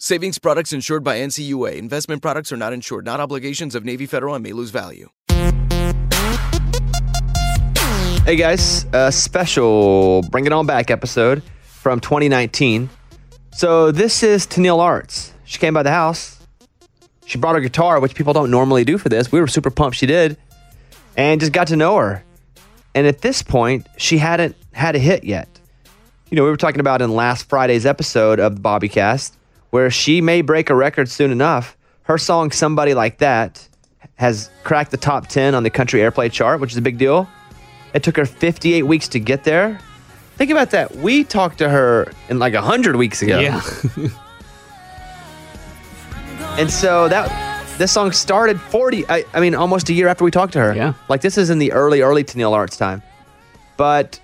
Savings products insured by NCUA. Investment products are not insured, not obligations of Navy Federal and may lose value. Hey guys, a special Bring It On Back episode from 2019. So this is Tennille Arts. She came by the house. She brought her guitar, which people don't normally do for this. We were super pumped she did, and just got to know her. And at this point, she hadn't had a hit yet. You know, we were talking about in last Friday's episode of the Bobbycast where she may break a record soon enough. Her song Somebody Like That has cracked the top 10 on the country airplay chart, which is a big deal. It took her 58 weeks to get there. Think about that. We talked to her in like 100 weeks ago. Yeah. and so that this song started 40 I, I mean almost a year after we talked to her. Yeah. Like this is in the early early Tennille Arts time. But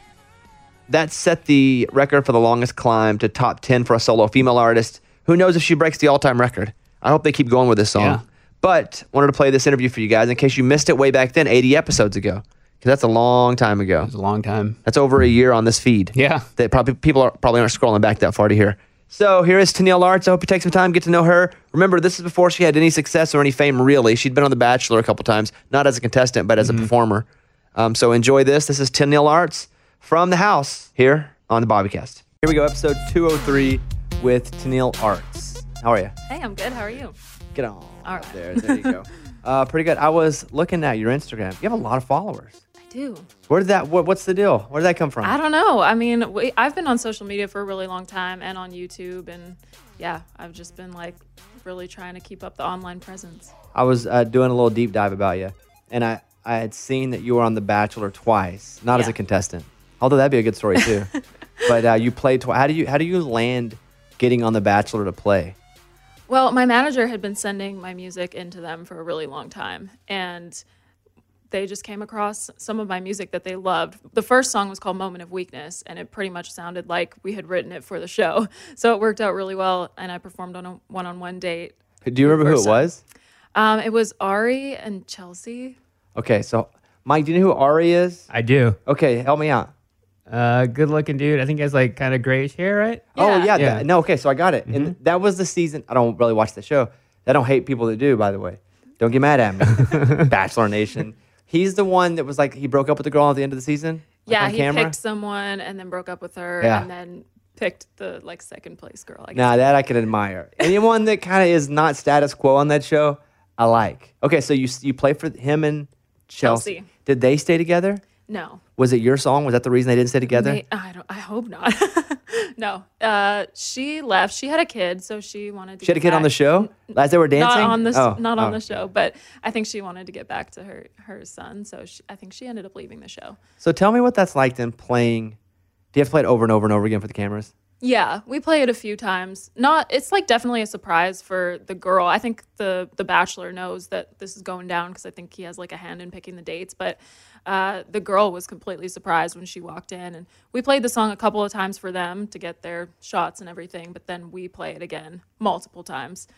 that set the record for the longest climb to top 10 for a solo female artist. Who knows if she breaks the all time record? I hope they keep going with this song. Yeah. But wanted to play this interview for you guys in case you missed it way back then, 80 episodes ago. Because that's a long time ago. It's a long time. That's over a year on this feed. Yeah. That probably people are, probably aren't scrolling back that far to hear. So here is Tennille Arts. I hope you take some time, get to know her. Remember, this is before she had any success or any fame, really. She'd been on The Bachelor a couple times, not as a contestant, but as a performer. Um, so enjoy this. This is Tennille Arts from the house here on the Bobbycast. Here we go, episode 203 with Tennille Arts. How are you? Hey, I'm good. How are you? Get on. All right. There, there you go. Uh, pretty good. I was looking at your Instagram. You have a lot of followers. I do. Where did that? What, what's the deal? Where did that come from? I don't know. I mean, we, I've been on social media for a really long time and on YouTube, and yeah, I've just been like really trying to keep up the online presence. I was uh, doing a little deep dive about you, and I I had seen that you were on The Bachelor twice, not as a contestant. Although that'd be a good story too. but uh, you played twice. How do you how do you land getting on The Bachelor to play? Well, my manager had been sending my music into them for a really long time, and they just came across some of my music that they loved. The first song was called Moment of Weakness, and it pretty much sounded like we had written it for the show. So it worked out really well, and I performed on a one on one date. Do you remember who it was? Um, it was Ari and Chelsea. Okay, so Mike, do you know who Ari is? I do. Okay, help me out. Uh, good looking dude. I think he has like kind of grayish hair, right? Oh yeah, Mm-hmm. that- no. Okay, so I got it, and that was the season. I don't really watch the show. I don't hate people that do, by the way. Don't get mad at me, Bachelor Nation. He's the one that was like he broke up with the girl at the end of the season. like, yeah, on he camera. picked someone and then broke up with her, Yeah. and then picked the like second place girl. I guess. Now that I can admire. Anyone that kind of is not status quo on that show, I like. Okay, so you you play for him and Chelsea. Chelsea. Did they stay together? No, Was it your song? Was that the reason they didn't stay together? May- I don't. I hope not. no, uh, she left. She had a kid, so she wanted to. she had a get kid on the back- show. As they were dancing. Not on the Oh, not on oh. the show, but I think she wanted to get back to her her son, so she, I think she ended up leaving the show. So tell me what that's like then playing. Do you have to play it over and over and over again for the cameras? Yeah, we play it a few times. Not it's like definitely a surprise for the girl. I think the the bachelor knows that this is going down because I think he has like a hand in picking the dates, but uh, the girl was completely surprised when she walked in and we played the song a couple of times for them to get their shots and everything, but then we play it again multiple times.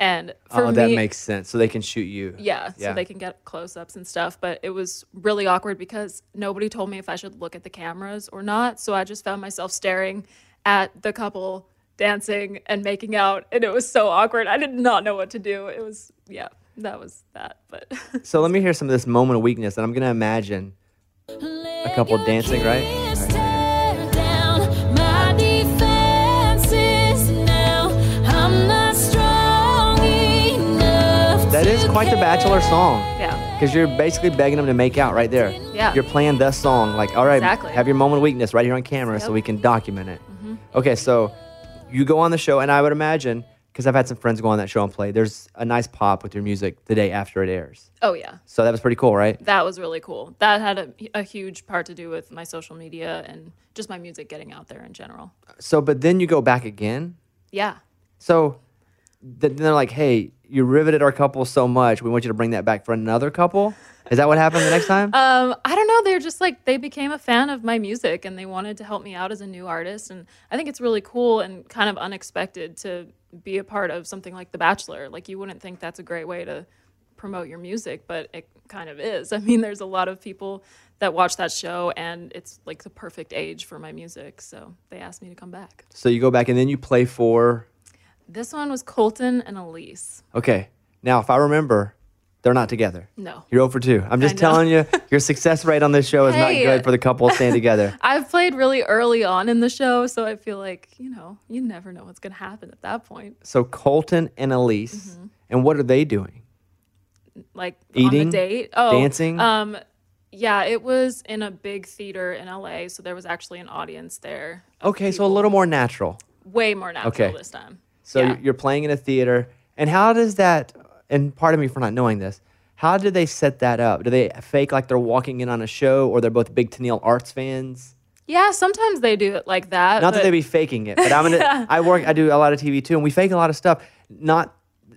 And for Oh, that me, makes sense. So they can shoot you. yeah, so they can get close ups and stuff. But it was really awkward because nobody told me if I should look at the cameras or not. So I just found myself staring at the couple dancing and making out. And it was so awkward. I did not know what to do. It was, yeah, that was that. But So let me hear some of this moment of weakness, and I'm gonna imagine a couple dancing, right? All right. That is quite the Bachelor song, yeah, because you're basically begging them to make out right there. Yeah. You're playing the song, like, all right, Exactly. have your moment of weakness right here on camera, so Yep. Mm-hmm. we can document it. Okay, so you go on the show, and I would imagine, because I've had some friends go on that show and play. There's a nice pop with your music the day after it airs. oh, yeah. So that was pretty cool, right? That was really cool. That had a, a huge part to do with my social media and just my music getting out there in general. So, but then you go back again. Yeah. So th- they're like, hey, you riveted our couple so much. We want you to bring that back for another couple. Is that what happened the next time? Um, I don't know. They're just like they became a fan of my music and they wanted to help me out as a new artist. And I think it's really cool and kind of unexpected to be a part of something like The Bachelor. Like you wouldn't think that's a great way to promote your music, but it kind of is. I mean, there's a lot of people that watch that show and it's like the perfect age for my music. So they asked me to come back. so you go back and then you play for. This one was Colton and Elise. Okay. Now, if I remember, they're not together. No. You're over 2. I'm just know. telling you, your success rate on this show is Hey. not good for the couple staying together. I've played really early on in the show, so I feel like, you know, you never know what's going to happen at that point. So Colton and Elise, Mm-hmm. and what are they doing? like on Eating? the date. Oh, Dancing? Um, yeah, it was in a big theater in LA, so there was actually an audience there. Okay, so a little more natural. Way more natural Okay. this time. So Yeah. you're playing in a theater, and how does that? And pardon me for not knowing this. How do they set that up? Do they fake like they're walking in on a show, or they're both big Tennille Arts fans? Yeah, sometimes they do it like that. Not that but- they be faking it, but I'm gonna. I work. I do a lot of TV too, and we fake a lot of stuff. Not,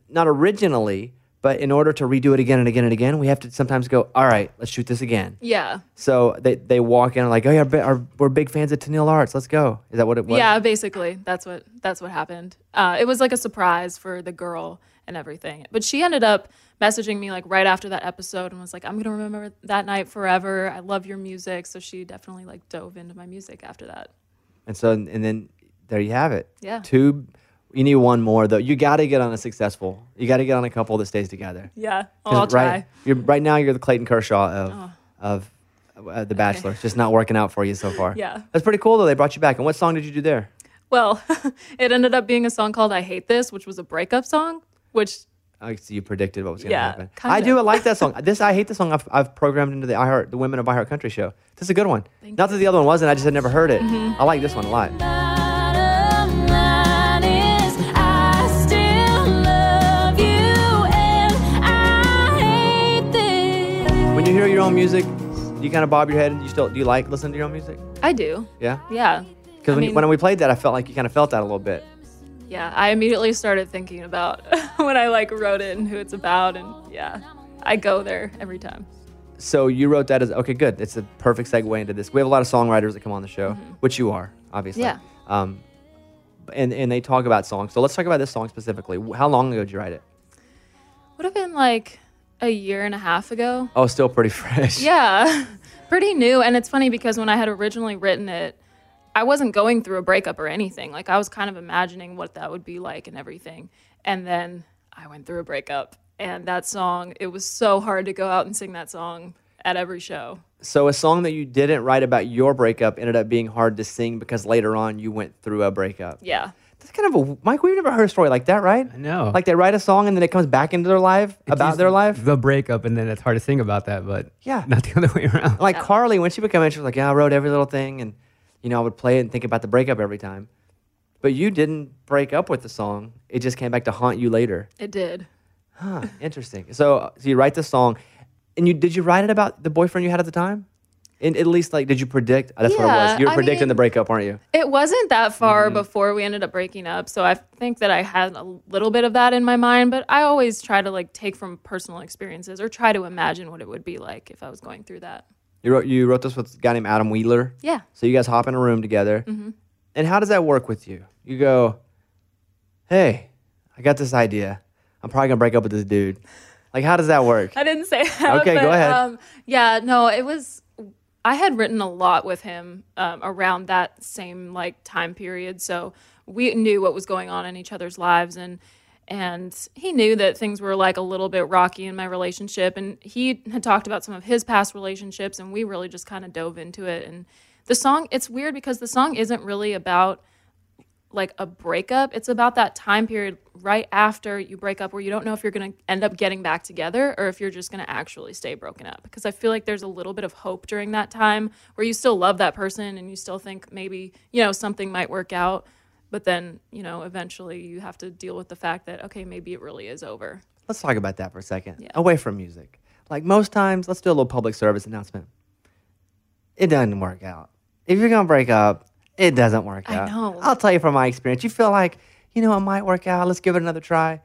not originally, but in order to redo it again and again and again, we have to sometimes go. All right, let's shoot this again. Yeah. So they, they walk in like, oh yeah, our, our, we're big fans of Tennille Arts. Let's go. Is that what it was? Yeah, basically that's what that's what happened. Uh, it was like a surprise for the girl and everything. But she ended up messaging me like right after that episode and was like, "I'm gonna remember that night forever. I love your music." So she definitely like dove into my music after that. And so, and then there you have it. Yeah. Two, you need one more though. You got to get on a successful. You got to get on a couple that stays together. Yeah, 'Cause I'll try. Oh. right, You're, right now, you're the Clayton Kershaw of of uh, The Bachelor. It's just not working out for you so far. Yeah. That's pretty cool though. They brought you back. And what song did you do there? Well, it ended up being a song called I Hate This, which was a breakup song, which I see you predicted what was going to Yeah, happen. kinda. I do. I like that song. This I hate this song. I've, I've programmed into the I Heart the Women of I Heart Country show. This is a good one. Not that the other one wasn't. I just had never heard it. Mm-hmm. I like this one a lot. When you hear your own music, you kind of bob your head. You still do you like listening to your own music? I do. Yeah. Yeah. Because I when, you- mean- when we played that, I felt like you kind of felt that a little bit. Yeah. I immediately started thinking about when I like wrote it and who it's about. And yeah, I go there every time. So you wrote that as okay, good. It's a perfect segue into this. We have a lot of songwriters that come on the show, which you are, obviously. Mm-hmm. Yeah. Um, and and they talk about songs. So let's talk about this song specifically. Wh- How long ago did you write it? Would have been like a year and a half ago. Oh, still pretty fresh. Yeah. Pretty new. And it's funny because when I had originally written it, I wasn't going through a breakup or anything. Like I was kind of imagining what that would be like and everything. And then I went through a breakup. And that song, it was so hard to go out and sing that song at every show. So a song that you didn't write about your breakup ended up being hard to sing because later on you went through a breakup. Yeah. That's kind of a Mike. We've never heard a story like that, right? I know. Like they write a song and then it comes back into their life about their life. The breakup, and then it's hard to sing about that, but Yeah. not the other way around. like Carly, when she would come in, she was like, "Yeah, I wrote every little thing, and you know, I would play it and think about the breakup every time." But you didn't break up with the song; it just came back to haunt you later. It did. Huh, interesting. So, so you write the song, and you did you write it about the boyfriend you had at the time? And at least, like, did you predict? That's what it Yeah, was. You were I predicting the mean- breakup, aren't you? It wasn't that far before we ended up breaking up. So I think that I had a little bit of that in my mind, but I always try to like take from personal experiences or try to imagine what it would be like if I was going through that. You wrote you wrote this with a guy named Adam Wheeler. Yeah. So you guys hop in a room together. And how does that work with you? You go, hey, I got this idea. I'm probably gonna break up with this dude. Like, how does that work? I didn't say that. Okay, go but, ahead. Um, yeah, no, it was. I had written a lot with him um, around that same like time period, so we knew what was going on in each other's lives, and and he knew that things were like a little bit rocky in my relationship, and he had talked about some of his past relationships, and we really just kind of dove into it. And the song, it's weird because the song isn't really about like a breakup. It's about that time period right after you break up where you don't know if you're going to end up getting back together or if you're just going to actually stay broken up. Because I feel like there's a little bit of hope during that time where you still love that person and you still think maybe, you know, something might work out. But then, you know, eventually you have to deal with the fact that, okay, maybe it really is over. Let's talk about that for a second. Away from music. Like most times, let's do a little public service announcement. It doesn't work out. If you're gonna break up, it doesn't work I out. know. I'll tell you from my experience. You feel like, you know, it might work out. Let's give it another try.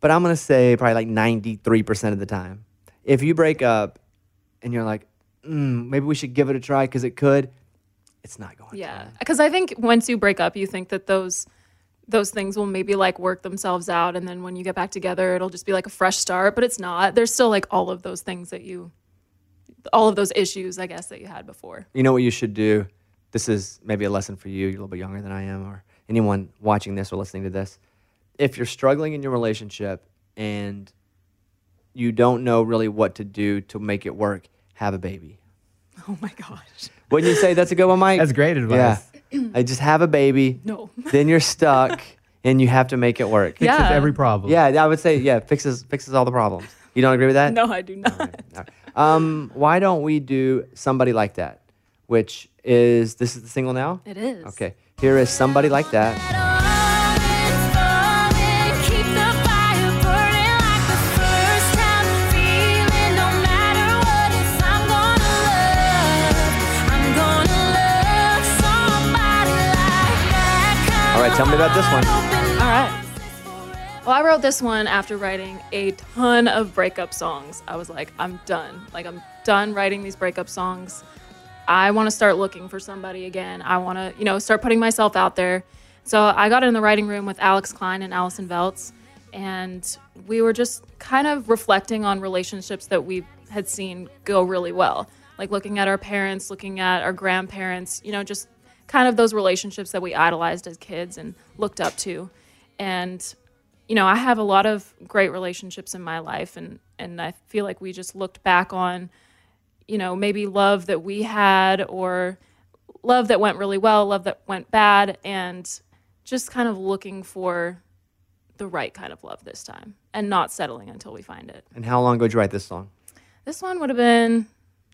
But I'm gonna say probably like 93% of the time, if you break up and you're like, mm, maybe we should give it a try because it could, it's not going. Yeah, because I think once you break up, you think that those those things will maybe like work themselves out, and then when you get back together, it'll just be like a fresh start. But it's not. There's still like all of those things that you, all of those issues, I guess, that you had before. You know what you should do? This is maybe a lesson for you. You're a little bit younger than I am, or anyone watching this or listening to this. If you're struggling in your relationship and you don't know really what to do to make it work, have a baby. Oh my gosh. Wouldn't you say that's a good one, Mike? That's great advice. Yeah. I just have a baby. No. Then you're stuck and you have to make it work. Fixes Yeah. every problem. Yeah, I would say yeah, fixes fixes all the problems. You don't agree with that? No, I do not. Um, why don't we do somebody like that? Which is this is the single now? It is. Okay. Here is somebody like that. All right, tell me about this one. All right. Well, I wrote this one after writing a ton of breakup songs. I was like, I'm done. Like, I'm done writing these breakup songs. I want to start looking for somebody again. I want to, you know, start putting myself out there. So I got in the writing room with Alex Klein and Allison Veltz, and we were just kind of reflecting on relationships that we had seen go really well. Like looking at our parents, looking at our grandparents, you know, just kind of those relationships that we idolized as kids and looked up to. And you know, I have a lot of great relationships in my life and and I feel like we just looked back on you know, maybe love that we had or love that went really well, love that went bad and just kind of looking for the right kind of love this time and not settling until we find it. And how long ago did you write this song? This one would have been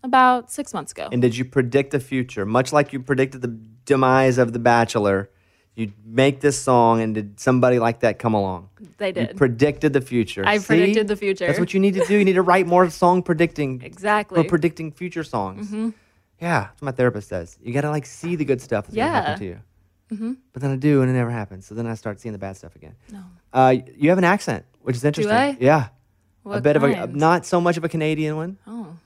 about 6 months ago. And did you predict the future? Much like you predicted the demise of The Bachelor, you make this song and did somebody like that come along? they You did. predicted the future. I See? predicted the future. That's what you need to do. You need to write more song predicting. Exactly. Mm-hmm. Or predicting future songs. Yeah, that's what my therapist says. You got to like see the good stuff that's going to Yeah. Mm-hmm. happen to you. But then I do, and it never happens. So then I start seeing the bad stuff again. No. Uh, you have an accent, which is interesting. I? Yeah. a What bit of a uh, kind? not so much of a Canadian one. Oh.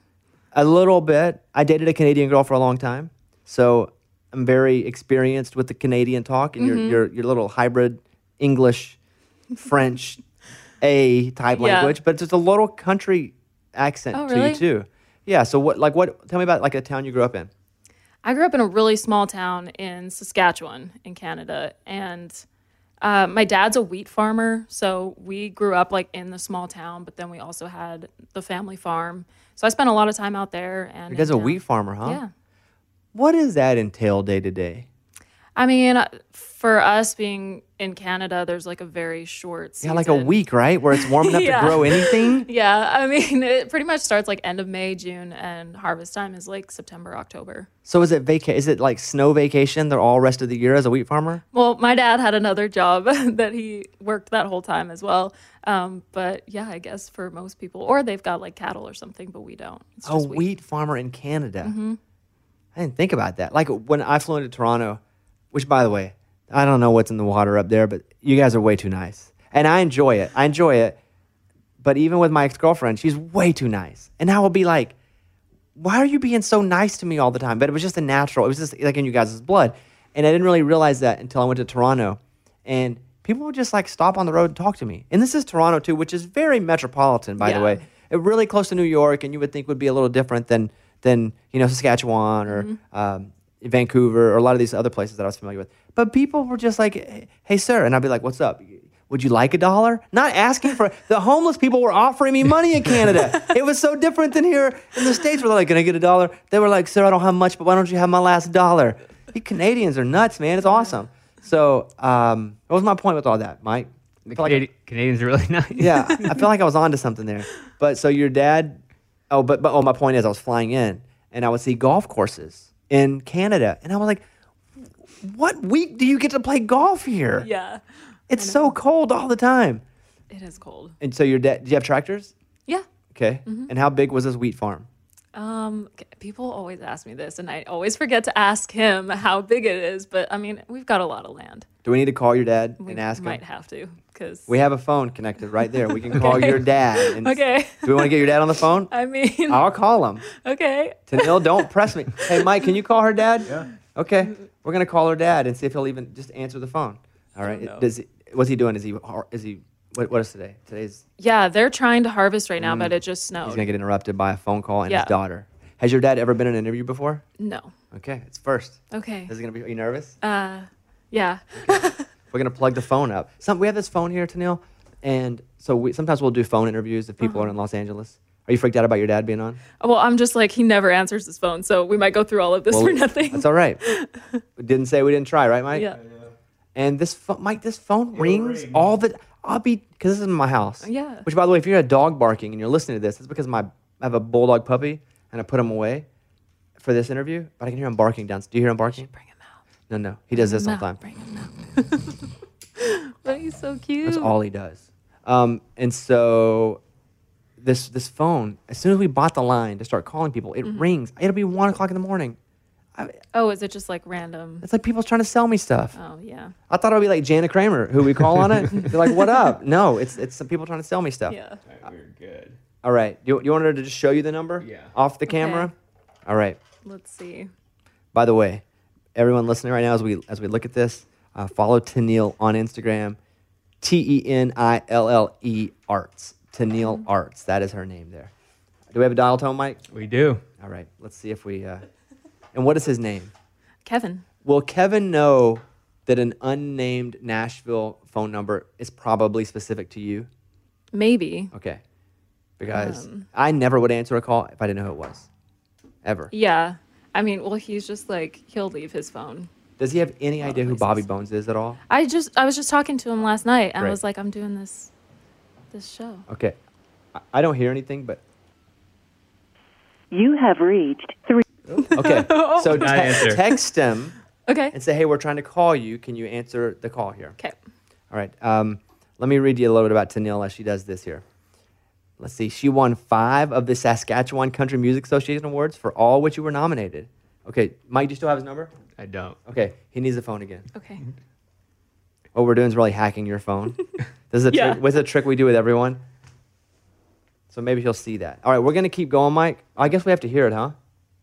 A little bit. I dated a Canadian girl for a long time, so I'm very experienced with the Canadian talk and Mm-hmm. your, your your little hybrid English, French, A type Yeah. language, but just a little country accent Oh, to really? you too. Yeah. So what like what? Tell me about like a town you grew up in. I grew up in a really small town in Saskatchewan, in Canada, and uh, my dad's a wheat farmer, so we grew up like in the small town. But then we also had the family farm, so I spent a lot of time out there. And You guys in a town. wheat farmer, huh? Yeah, What does that entail day to day? I mean, uh, for us being in Canada, there's like a very short. Yeah, like a season. week, right? Where it's warm enough Yeah. to grow anything. Yeah, I mean, it pretty much starts like end of May, June, and harvest time is like September, October. So is it vaca? Is it like snow vacation? They're all rest of the year as a wheat farmer. Well, my dad had another job that he worked that whole time as well. Um, but yeah, I guess for most people, or they've got like cattle or something, but we don't. It's a just Mm-hmm. wheat. farmer in Canada. I didn't think about that. Like when I flew into Toronto, which by the way, I don't know what's in the water up there, but you guys are way too nice. And I enjoy it. I enjoy it. But even with my ex girlfriend, she's way too nice. And I will be like, why are you being so nice to me all the time? But it was just a natural, it was just like in you guys' blood. And I didn't really realize that until I went to Toronto. And people would just like stop on the road and talk to me. And this is Toronto too, which is very metropolitan, by the Yeah. way. It uh, really close to New York, and you would think would be a little different than than you know Saskatchewan or um, Vancouver or a lot of these other places that I was familiar with. But people were just like, "Hey, sir," and I'd be like, "What's up?" Would you like a dollar? Not asking for the homeless people were offering me money in Canada. it was so different than here in the States. We're like, Can I get a dollar? They were like, Sir, I don't have much, but why don't you have my last dollar? You Canadians are nuts, man. It's awesome. So, um, what was my point with all that, Mike? I The feel like- Canadi- Canadians are really nice. yeah, I feel like I was onto something there. But so your dad, oh, but but oh, my point is, I was flying in and I would see golf courses in Canada, and I was like, what week do you get to play golf here? Yeah. it's so cold all the time. It is cold. And so your dad, do you have tractors? Yeah. Okay. Mm-hmm. And how big was this wheat farm? Um, c- people always ask me this, and I always forget to ask him how big it is. But I mean, we've got a lot of land. Do we need to call your dad We and ask might him? have to, because We have a phone connected right there. We can call your dad. And Okay. Do we want to get your dad on the phone? I mean, I'll call him. okay, Tanil, don't press me. Hey, Mike, can you call her dad? Yeah. Okay, we're gonna call her dad and see if he'll even just answer the phone. All right. Does he, what's he doing? Is he har- is he what, what is today? Today's yeah, they're trying to harvest right now, but it just Mm. he's snowed. gonna get interrupted by a phone call and Oh. Yeah. his daughter. Has your dad ever been in an interview before? no, Okay, it's first. okay, Uh, This is gonna be. Are you nervous? yeah, We're gonna plug the phone up. Some we have this phone here, Tanil, and so we, sometimes we'll do phone interviews if Uh-huh. people are in Los Angeles. Are you freaked out about your dad being on? Well, I'm just like he never answers his phone, so we might go through all of this for nothing. That's all right. We didn't say we didn't try, right, Mike? Yeah. And this pho- Mike, this phone rings all the. I'll be because this is my house. Yeah. Which, by the way, if you're a dog barking and you're listening to this, it's because my I have a bulldog puppy and I put him away for this interview, but I can hear him barking down. Do you hear him barking? Bring him out. No, no, he does this all No, the time. Bring him out. but he's so cute. That's all he does. Um, and so this this phone, as soon as we bought the line to start calling people, it rings. It'll be one o'clock in the morning. Oh, is it just like random? It's like people's trying to sell me stuff. Oh yeah, I thought it would be like Jana Kramer, who we call on it. They're like, "What up?" No, it's it's some people trying to sell me stuff. yeah. We're good. All right, you, you want her to just show you the number? Yeah. Off the camera. All right. Let's see. By the way, everyone listening right now, as we as we look at this, uh, follow Tennille on Instagram, T E N I L L E Arts. Tennille Arts. That is her name there. Do we have a dial tone, Mike? We do. All right. Let's see if we. Uh, and what is his name? Kevin. Will Kevin know that an unnamed Nashville phone number is probably specific to you? Maybe. Okay. Because Um. I never would answer a call if I didn't know who it was. Ever. Yeah. I mean, well, he's just like he'll leave his phone. Does he have any idea who Bobby Bones is at all? I just I was just talking to him last night. And Right. I was like, I'm doing this, this show. Okay. I, I don't hear anything, but. You have reached three. Okay. so Not te- answer. text him Okay. and say, hey, we're trying to call you. Can you answer the call here? Okay. All right. Um, let me read you a little bit about Tanil as she does this here. Let's see. She won five of the Saskatchewan Country Music Association Awards for all which you were nominated. Okay. Mike, do you still have his number? I don't. Okay. He needs a phone again. Okay. What we're doing is really hacking your phone. this is a Yeah. trick. What's a trick we do with everyone? So maybe he'll see that. All right, we're gonna keep going, Mike. I guess we have to hear it, huh?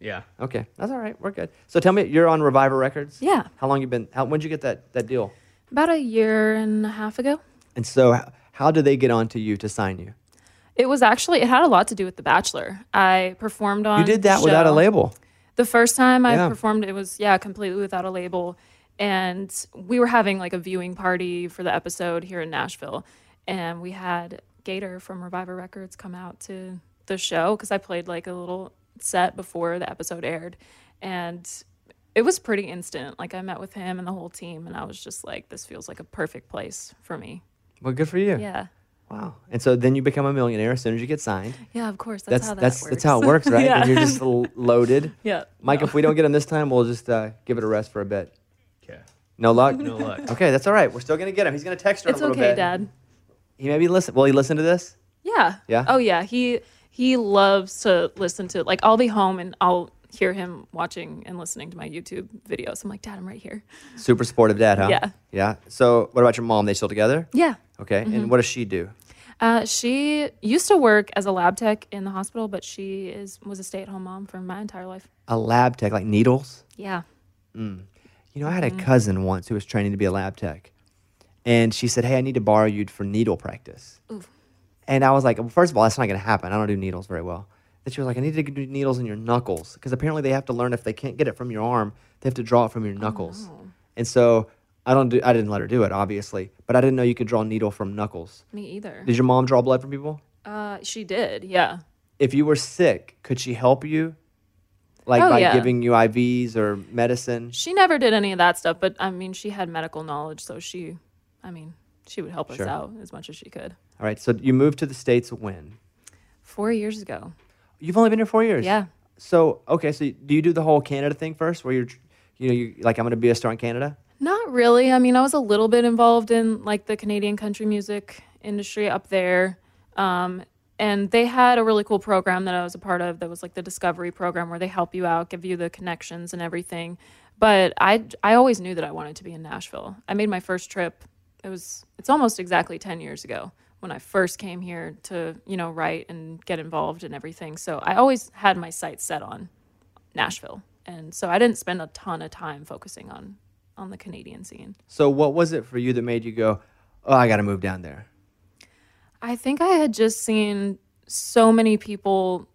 Yeah. Okay, that's all right. We're good. So tell me, you're on Reviver Records. Yeah. How long you been? How, when'd you get that that deal? About a year and a half ago. And so, h- how do they get onto you to sign you? It was actually it had a lot to do with The Bachelor. I performed on You did that the without a show. label. The first time I Yeah. performed, it was yeah, completely without a label, and we were having like a viewing party for the episode here in Nashville, and we had Gator from Reviver Records come out to the show because I played like a little set before the episode aired, and it was pretty instant. Like I met with him and the whole team, and I was just like, this feels like a perfect place for me. Well, good for you. Yeah, Wow. And so then you become a millionaire as soon as you get signed. yeah, of course. That's, That's how that that's works. that's how it works, right? yeah. And you're just l- loaded. yeah. Mike, if we don't get him this time, we'll just uh, give it a rest for a bit. Okay. No luck. No luck. Okay, that's all right. We're still gonna get him. He's gonna text her It's in a little okay, bit. Dad. He maybe listen. Will he listen to this? Yeah. Yeah? Oh yeah. He he loves to listen to like I'll be home and I'll hear him watching and listening to my YouTube videos. I'm like, Dad, I'm right here. Super supportive dad, huh? Yeah. Yeah. So, what about your mom? They still together? Yeah. Mm-hmm. Okay. And what does she do? Uh, she used to work as a lab tech in the hospital, but she is was a stay at home mom for my entire life. A lab tech, like needles. Yeah. Mm-hmm. You know, I had a cousin once who was training to be a lab tech, and she said, "Hey, I need to borrow you for needle practice." And I was like, well, first of all, that's not going to happen. I don't do needles very well. Then she was like, I need to do needles in your knuckles because apparently they have to learn if they can't get it from your arm, they have to draw it from Oh, your knuckles. And so I don't do. I didn't let her do it, obviously, but I didn't know you could draw a needle from knuckles. Me either. Did your mom draw blood from people? Uh, she did. Yeah. If you were sick, could she help you, like Oh, by yeah. giving you IVs or medicine? She never did any of that stuff, but I mean, she had medical knowledge, so she, I mean, she would help Sure. us out as much as she could. All right. So you moved to the states when? Four years ago. You've only been here four years. Yeah. So okay. So do you do the whole Canada thing first, where you're, tr- you know, you like I'm going to be a star in Canada? Not really. I mean, I was a little bit involved in like the Canadian country music industry up there. Um, and they had a really cool program that I was a part of that was like the discovery program where they help you out, give you the connections and everything. But I I always knew that I wanted to be in Nashville. I made my first trip. It was it's almost exactly 10 years ago when I first came here to, you know, write and get involved and everything. So I always had my sights set on Nashville. And so I didn't spend a ton of time focusing on on the Canadian scene. So what was it for you that made you go, oh, I got to move down there? I think I had just seen so many people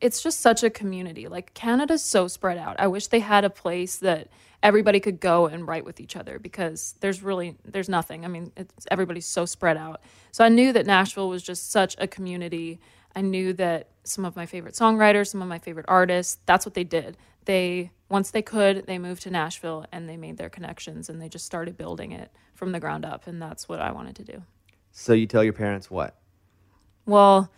it's just such a community. Like Canada's so spread out. I wish they had a place that everybody could go and write with each other because there's really there's nothing. I mean, it's, everybody's so spread out. So I knew that Nashville was just such a community. I knew that some of my favorite songwriters, some of my favorite artists, that's what they did. They once they could, they moved to Nashville and they made their connections and they just started building it from the ground up and that's what I wanted to do. So you tell your parents what? Well,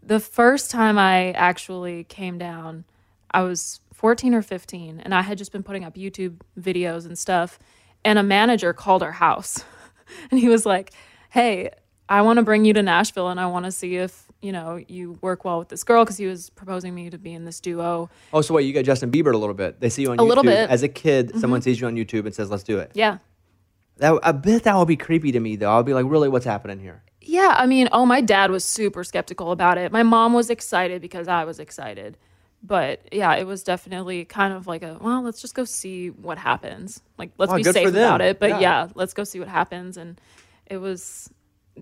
the first time I actually came down, I was 14 or 15, and I had just been putting up YouTube videos and stuff. And a manager called our house, and he was like, Hey, I want to bring you to Nashville, and I want to see if, you know, you work well with this girl because he was proposing me to be in this duo. Oh, so wait, you got Justin Bieber a little bit. They see you on A YouTube. little bit. Mm-hmm. As a kid, someone sees you on YouTube and says, let's do it. Yeah. That, I bet that would be creepy to me, though. I'll be like, really, what's happening here? Yeah, I mean, oh, my dad was super skeptical about it. My mom was excited because I was excited. But yeah, it was definitely kind of like a, well, let's just go see what happens. Like, let's Wow, be Oh, good for safe them. about it. But Yeah. yeah. let's go see what happens. And it was,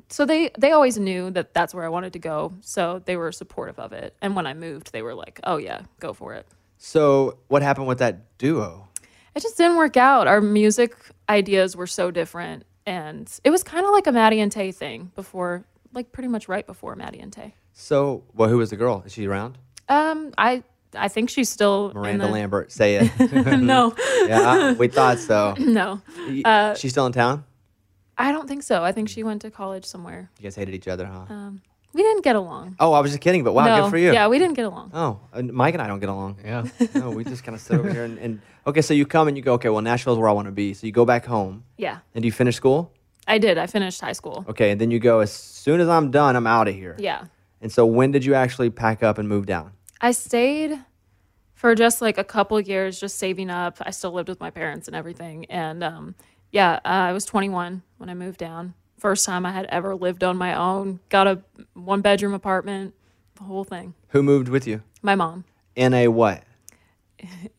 so they, they always knew that that's where I wanted to go. So they were supportive of it. And when I moved, they were like, oh, yeah, go for it. So what happened with that duo? It just didn't work out. Our music ideas were so different. And it was kind of like a Maddie and Tay thing before, like pretty much right before Maddie and Tay. So, well, who was the girl? Is she around? Um, I I think she's still in Miranda the- Lambert, say it. no, yeah, I- we thought so. no, Y- Uh, She's still in town? I don't think so. I think she went to college somewhere. You guys hated each other, huh? We didn't get along. oh, I was just kidding, but wow, no. good for you. Yeah, we didn't get along. Oh, and Mike and I don't get along. Yeah. no, we just kind of sit over here and, and okay. So you come and you go. Okay, well Nashville's where I want to be. So you go back home Yeah, and do you finish school. I did. I finished high school. Okay, and then you go. As soon as I'm done, I'm out of here. Yeah, And so when did you actually pack up and move down? I stayed for just like a couple years, just saving up. I still lived with my parents and everything. And um, yeah, uh, I was 21 when I moved down. First time I had ever lived on my own. Got a one bedroom apartment, the whole thing. Who moved with you? My mom. In a what?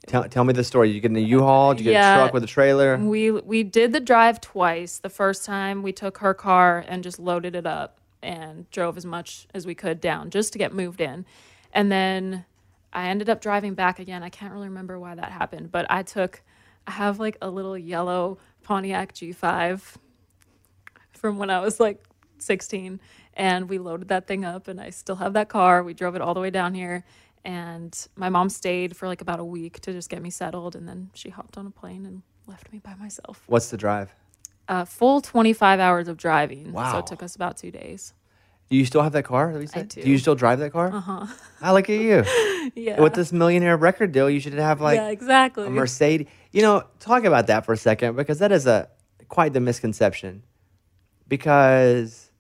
tell, tell me the story. You get in a U-Haul. Did you get Yeah. Mm. a truck with a trailer? We we did the drive twice. The first time we took her car and just loaded it up and drove as much as we could down just to get moved in. And then I ended up driving back again. I can't really remember why that happened, but I took I have like a little yellow Pontiac G5 from when I was like 16 and we loaded that thing up and I still have that car. We drove it all the way down here and my mom stayed for like about a week to just get me settled and then she hopped on a plane and left me by myself. What's the drive? A full 25 hours of driving. So Wow. it took us about 2 days. Do you still have that car? that we said? do. Uh-huh. you still drive that car? Uh huh. I look at you. Yeah. With this millionaire record deal, you should have like yeah, exactly. a Mercedes. You know, talk about that for a second because that is a quite the misconception. Because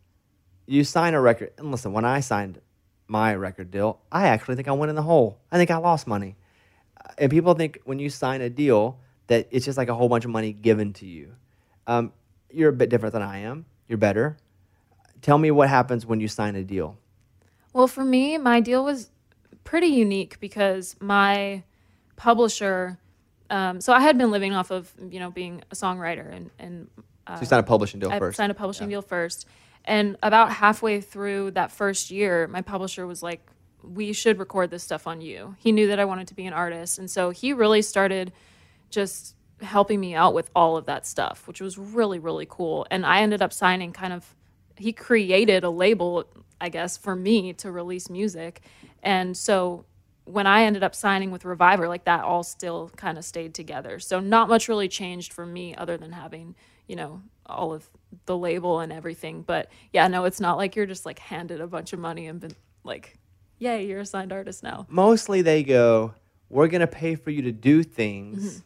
you sign a record, and listen, when I signed my record deal, I actually think I went in the hole. I think I lost money. Uh, And people think when you sign a deal that it's just like a whole bunch of money given to you. Um, you're a bit different than I am. You're better. Tell me what happens when you sign a deal. Well, for me, my deal was pretty unique because my publisher. Um, so I had been living off of you know being a songwriter, and and So you signed a publishing deal I first. signed a publishing deal first. And about halfway through that first year, my publisher was like, we should record this stuff on you. He knew that I wanted to be an artist. And so he really started just helping me out with all of that stuff, which was really, really cool. And I ended up signing kind of, he created a label, I guess, for me to release music. And so when I ended up signing with Reviver, like that all still kind of stayed together. So not much really changed for me other than having, you know, all of the label and everything. But yeah, no, it's not like you're just like handed a bunch of money and been like, yay, you're a signed artist now. Mostly they go, we're going to pay for you to do Mm-hmm. things,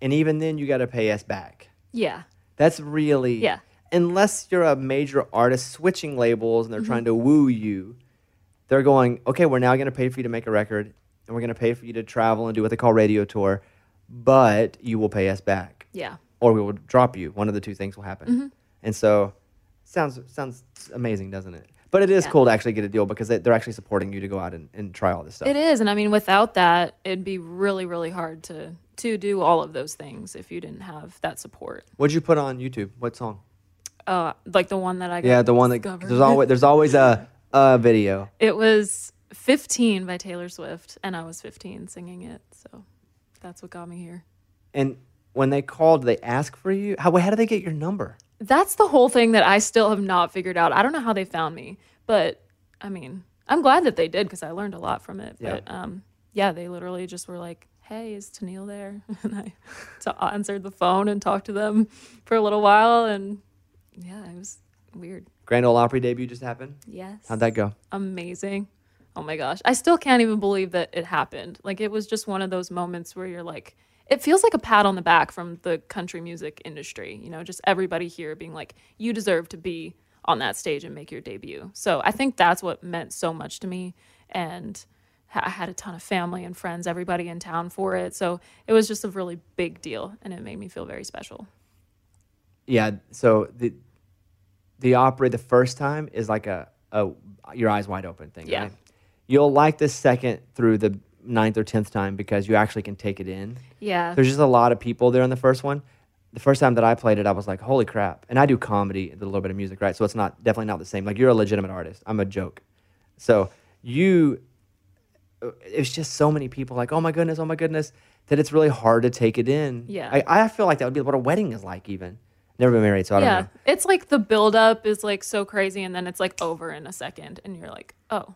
and even then you got to pay us back. Yeah. That's really Yeah. Unless you're a major artist switching labels Mm-hmm. and they're trying to woo you, they're going, okay, we're now going to pay for you to make a record, and we're going to pay for you to travel and do what they call radio tour, but you will pay us back, Yeah. Mm-hmm. or we will drop you. One of the two things will happen. And so, sounds sounds amazing, doesn't it? But it is cool to actually get a deal because they, they're actually supporting you to go out and, and try all this stuff. It is. And I mean, without that, it'd be really, really hard to to do all of those things if you didn't have that support. What'd you put on YouTube? What song? Uh, like the one that I got Yeah, the one that discovered. there's always there's always a a video. It was 15 by Taylor Swift, and I was 15 singing it. So that's what got me here. And when they called, they ask for you. How how do they get your number? That's the whole thing that I still have not figured out. I don't know how they found me, but I mean, I'm glad that they did because I learned a lot from it. Yeah. But um, yeah, they literally just were like, hey, is Tennille there? And I so I answered the phone and talked to them for a little while. And yeah, it was weird. Grand Ole Opry debut just happened. Yes. How'd that go? amazing. Oh my gosh. I still can't even believe that it happened. Like it was just one of those moments where you're like it feels like a pat on the back from the country music industry, you know, just everybody here being like you deserve to be on that stage and make your debut. So I think that's what meant so much to me and ha- I had a ton of family and friends, everybody in town for it. So it was just a really big deal and it made me feel very special. Yeah. So the the opry the first time is like a, a your eyes wide open thing. Yeah. Right? You'll like the second through the ninth or tenth time because you actually can take it in. Yeah. There's just a lot of people there on the first one. The first time that I played it, I was like, "Holy crap!" And I do comedy and a little bit of music, right? So it's not definitely not the same. Like you're a legitimate artist. I'm a joke. So you, uh, it's just so many people. Like, oh my goodness, oh my goodness, that it's really hard to take it in. Yeah. I, I feel like that would be what a wedding is like. Even never been married, so I don't yeah know. it's like the buildup is like so crazy and then it's like over in a second and you're like oh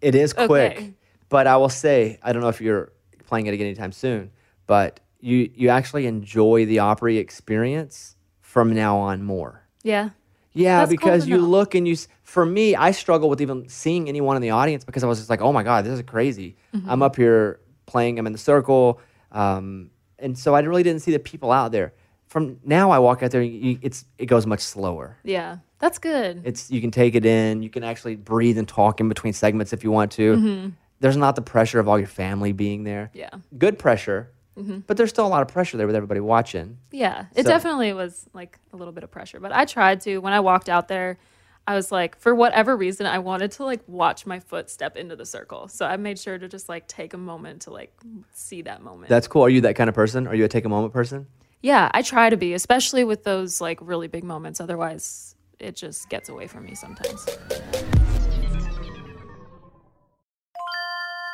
It is quick, Okay. but I will say I don't know if you're playing it again anytime soon, but you you actually enjoy the Opry experience from now on more. yeah Yeah, That's cool because to you know. look and you. s- For me, I struggle with even seeing anyone in the audience because I was just like, "Oh my god, this is crazy." Mm-hmm. I'm up here playing. I'm in the circle, um, and so I really didn't see the people out there. From now, I walk out there. You, it's it goes much slower. yeah that's good It's you can take it in. You can actually breathe and talk in between segments if you want to. There's not the pressure of all your family being there. Mm-hmm. Yeah. Mm-hmm. good pressure, but there's still a lot of pressure there with everybody watching. yeah it So- definitely was like a little bit of pressure but i tried to when i walked out there i was like for whatever reason i wanted to like watch my foot step into the circle so i made sure to just like take a moment to like see that moment That's cool. Are you that kind of person? Are you a take a moment person? yeah i try to be especially with those like really big moments otherwise it just gets away from me sometimes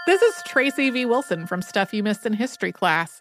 This is Tracy V. Wilson from Stuff You Missed in History class.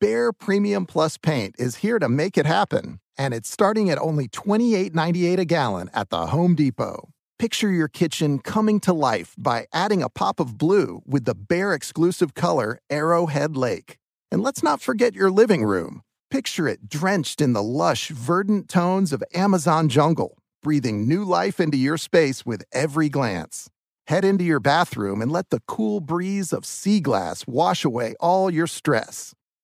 Bare Premium Plus paint is here to make it happen, and it's starting at only $28.98 a gallon at the Home Depot. Picture your kitchen coming to life by adding a pop of blue with the Bare exclusive color Arrowhead Lake. And let's not forget your living room. Picture it drenched in the lush, verdant tones of Amazon jungle, breathing new life into your space with every glance. Head into your bathroom and let the cool breeze of sea glass wash away all your stress.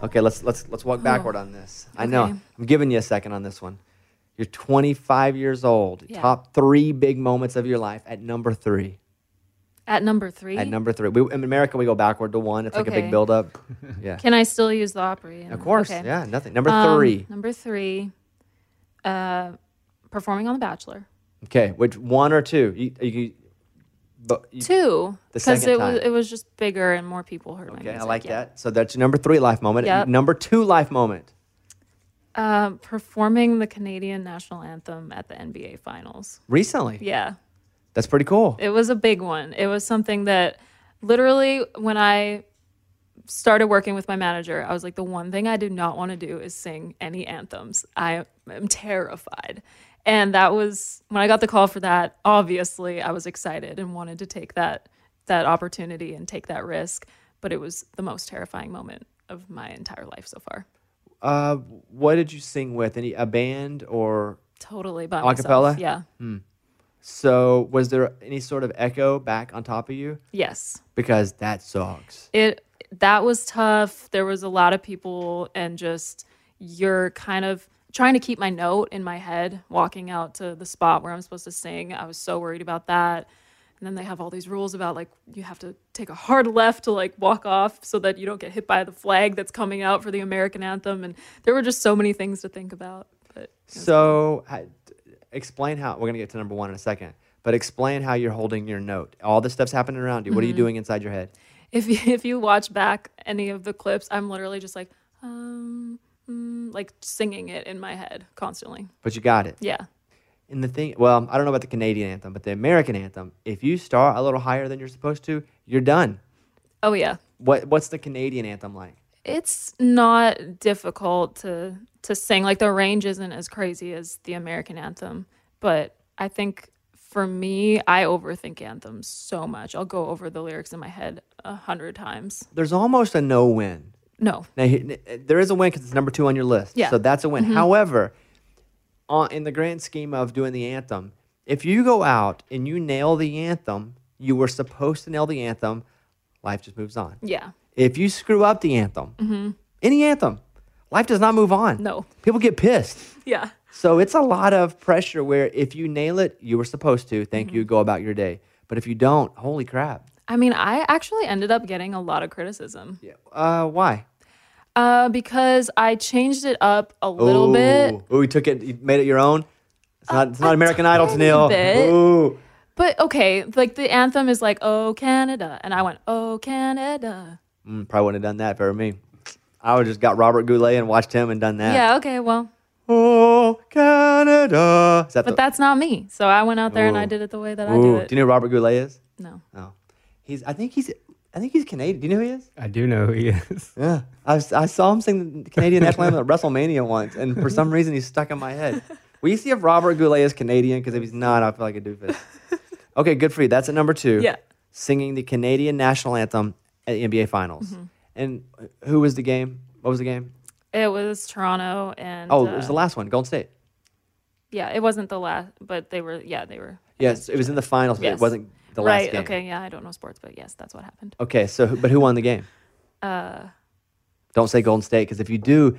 Okay, let's let's let's Oh, walk backward on this. I know okay. I'm giving you a second on this one. You're 25 years old. Yeah. Top three big moments of your life at number three. At number three, At number three, we, in America we go backward to one. It's like a Okay. big buildup. Yeah. can I still use the Opry? Of course, Okay. yeah, nothing. Number Um, three. Number three, uh, performing on The Bachelor. Okay, which one or two? You, you, but you- Two, The because second it time. was it was just bigger and more people heard my okay, music. I like that. So that's your number three life moment. Yep. Number two life moment. Uh, performing the Canadian national anthem at the NBA Finals. Recently. Yeah, That's pretty cool. it was a big one. It was something that literally when I started working with my manager, I was like, the one thing I do not want to do is sing any anthems. I am terrified. And that was when I got the call for that, obviously I was excited and wanted to take that that opportunity and take that risk, but it was the most terrifying moment of my entire life so far. Uh, what did you sing with? Any a band or Totally by a cappella? myself. Yeah. Hmm. So was there any sort of echo back on top of you? Yes. Because that sucks. it that was tough there was a lot of people and just you're kind of trying to keep my note in my head walking out to the spot where i'm supposed to sing i was so worried about that and then they have all these rules about like you have to take a hard left to like walk off so that you don't get hit by the flag that's coming out for the american anthem and there were just so many things to think about but So, ha- d- explain how we're gonna get to number one in a second, but explain how you're holding your note. All this stuff's happening around you. What are you Mhm. doing inside your head? if you, if you watch back any of the clips i'm literally just like um mm, like singing it in my head constantly But you got it. yeah And the thing, well, I don't know about the Canadian anthem, but the American anthem. If you start a little higher than you're supposed to, you're done. Oh yeah. What What's the Canadian anthem like? It's not difficult to to sing. Like the range isn't as crazy as the American anthem, but I think for me, I overthink anthems so much. I'll go over the lyrics in my head a hundred times. There's almost a no win. No. Now, he- n- uh, there is a win because it's number two on your list. Yeah. So that's a win. Mhm. However, on, in the grand scheme of doing the anthem, if you go out and you nail the anthem, you were supposed to nail the anthem, life just moves on. Yeah. If you screw up the anthem, hmm any anthem, life does not move on. No. People get pissed. Yeah. So it's a lot of pressure where if you nail it, you were supposed to. Mm-hmm. Thank you. Go about your day. But if you don't, holy crap. I mean, I actually ended up getting a lot of criticism. Yeah. Uh, why? Uh, because I changed it up a little bit. Ooh, you took it, you made it your own. It's not, it's not American Idol, tiny Tanil. bit. Ooh. But okay, like the anthem is like "Oh Canada," and I went "Oh Canada." Mm, probably wouldn't have done that if it were me. I would have just got Robert Goulet and watched him and done that. Yeah. Okay. Well. Oh Canada. Is that but the- that's not me. So I went out there and I Oh. Ooh. did it the way that I do Ooh. it. Do you know who Robert Goulet is? No. Oh. He's I think he's I think he's Canadian. Do you know who he is? I do know who he is. Yeah. I, s- I saw him sing the Canadian national anthem at WrestleMania once, and for some reason he's stuck in my head. Will you see if Robert Goulet is Canadian? Because if he's not, I feel like a doofus. Okay, good for you. That's at number two. Yeah. Singing the Canadian national anthem at the NBA Finals. Mhm. And who was the game? What was the game? It was Toronto and oh, it was uh, the last one, Golden State. Yeah, it wasn't the last, but they were. Yeah, they were. Yes, it was in the finals, but Yes. it wasn't the last right. game. Okay. Yeah, I don't know sports, but yes, that's what happened. Okay. So, who- but who won the game? Uh, Don't say Golden State because if you do,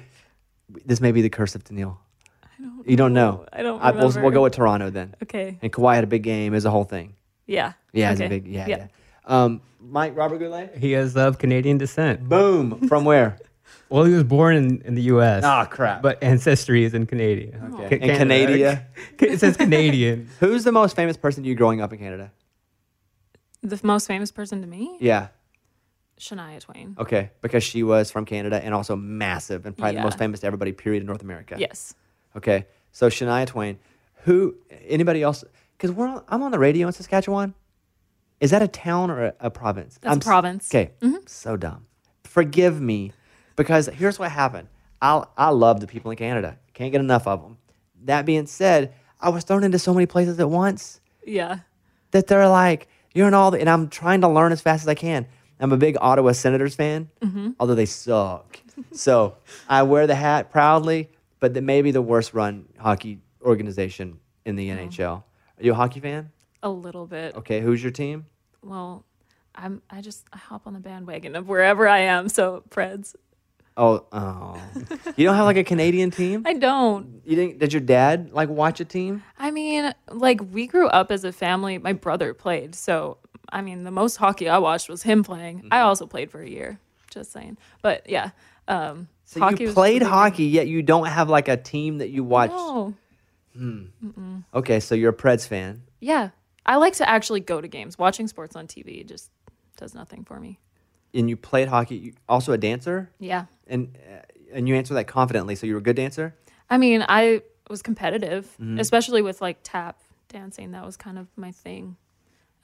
this may be the curse of Tennille. I don't. You don't know. I don't we'll, we'll remember. go with Toronto then. Okay. And Kawhi had a big game. Is a whole thing. yeah. Yeah, it's okay. a big. Yeah, yeah. Um, Mike Robert Goulet. He is of Canadian descent. Boom. From where? well, he was born in, in the U.S. Ah, crap. But ancestry is in Canada. Oh. Okay. In Canada. it says Canadian. Who's the most famous person to you growing up in Canada? The f- most famous person to me, Yeah. Shania Twain. Okay. Because she was from Canada and also massive and probably Yeah. the most famous to everybody. Period in North America. Yes. Okay. So Shania Twain. Who? Anybody else? Because we're on, I'm on the radio in Saskatchewan. Is that a town or a, a province? That's a s- province. Okay. Mhm. So dumb. Forgive me, because here's what happened. I I love the people in Canada. Can't get enough of them. That being said, I was thrown into so many places at once Yeah. that they're like, you're in all the, and I'm trying to learn as fast as I can. I'm a big Ottawa Senators fan, Mhm. although they suck. so I wear the hat proudly, but that may be the worst run hockey organization in Oh. the NHL. Are you a hockey fan? A little bit. Okay, who's your team? Well, I'm. I just I hop on the bandwagon of wherever I am. So Preds. Oh, oh. you don't have like a Canadian team? I don't. You didn't, did your dad like watch a team? I mean, like we grew up as a family. My brother played, so I mean, the most hockey I watched was him playing. Mm-hmm. I also played for a year. Just saying, but yeah, um, So hockey you was played really- hockey, yet you don't have like a team that you watched. No, Hmm. Mm-mm. Okay, so you're a Preds fan. yeah, I like to actually go to games. Watching sports on TV just does nothing for me. and you played hockey, you also a dancer, Yeah, and uh, and you answer that confidently. So you were a good dancer. I mean, I was competitive, Mhm. especially with like tap dancing. That was kind of my thing.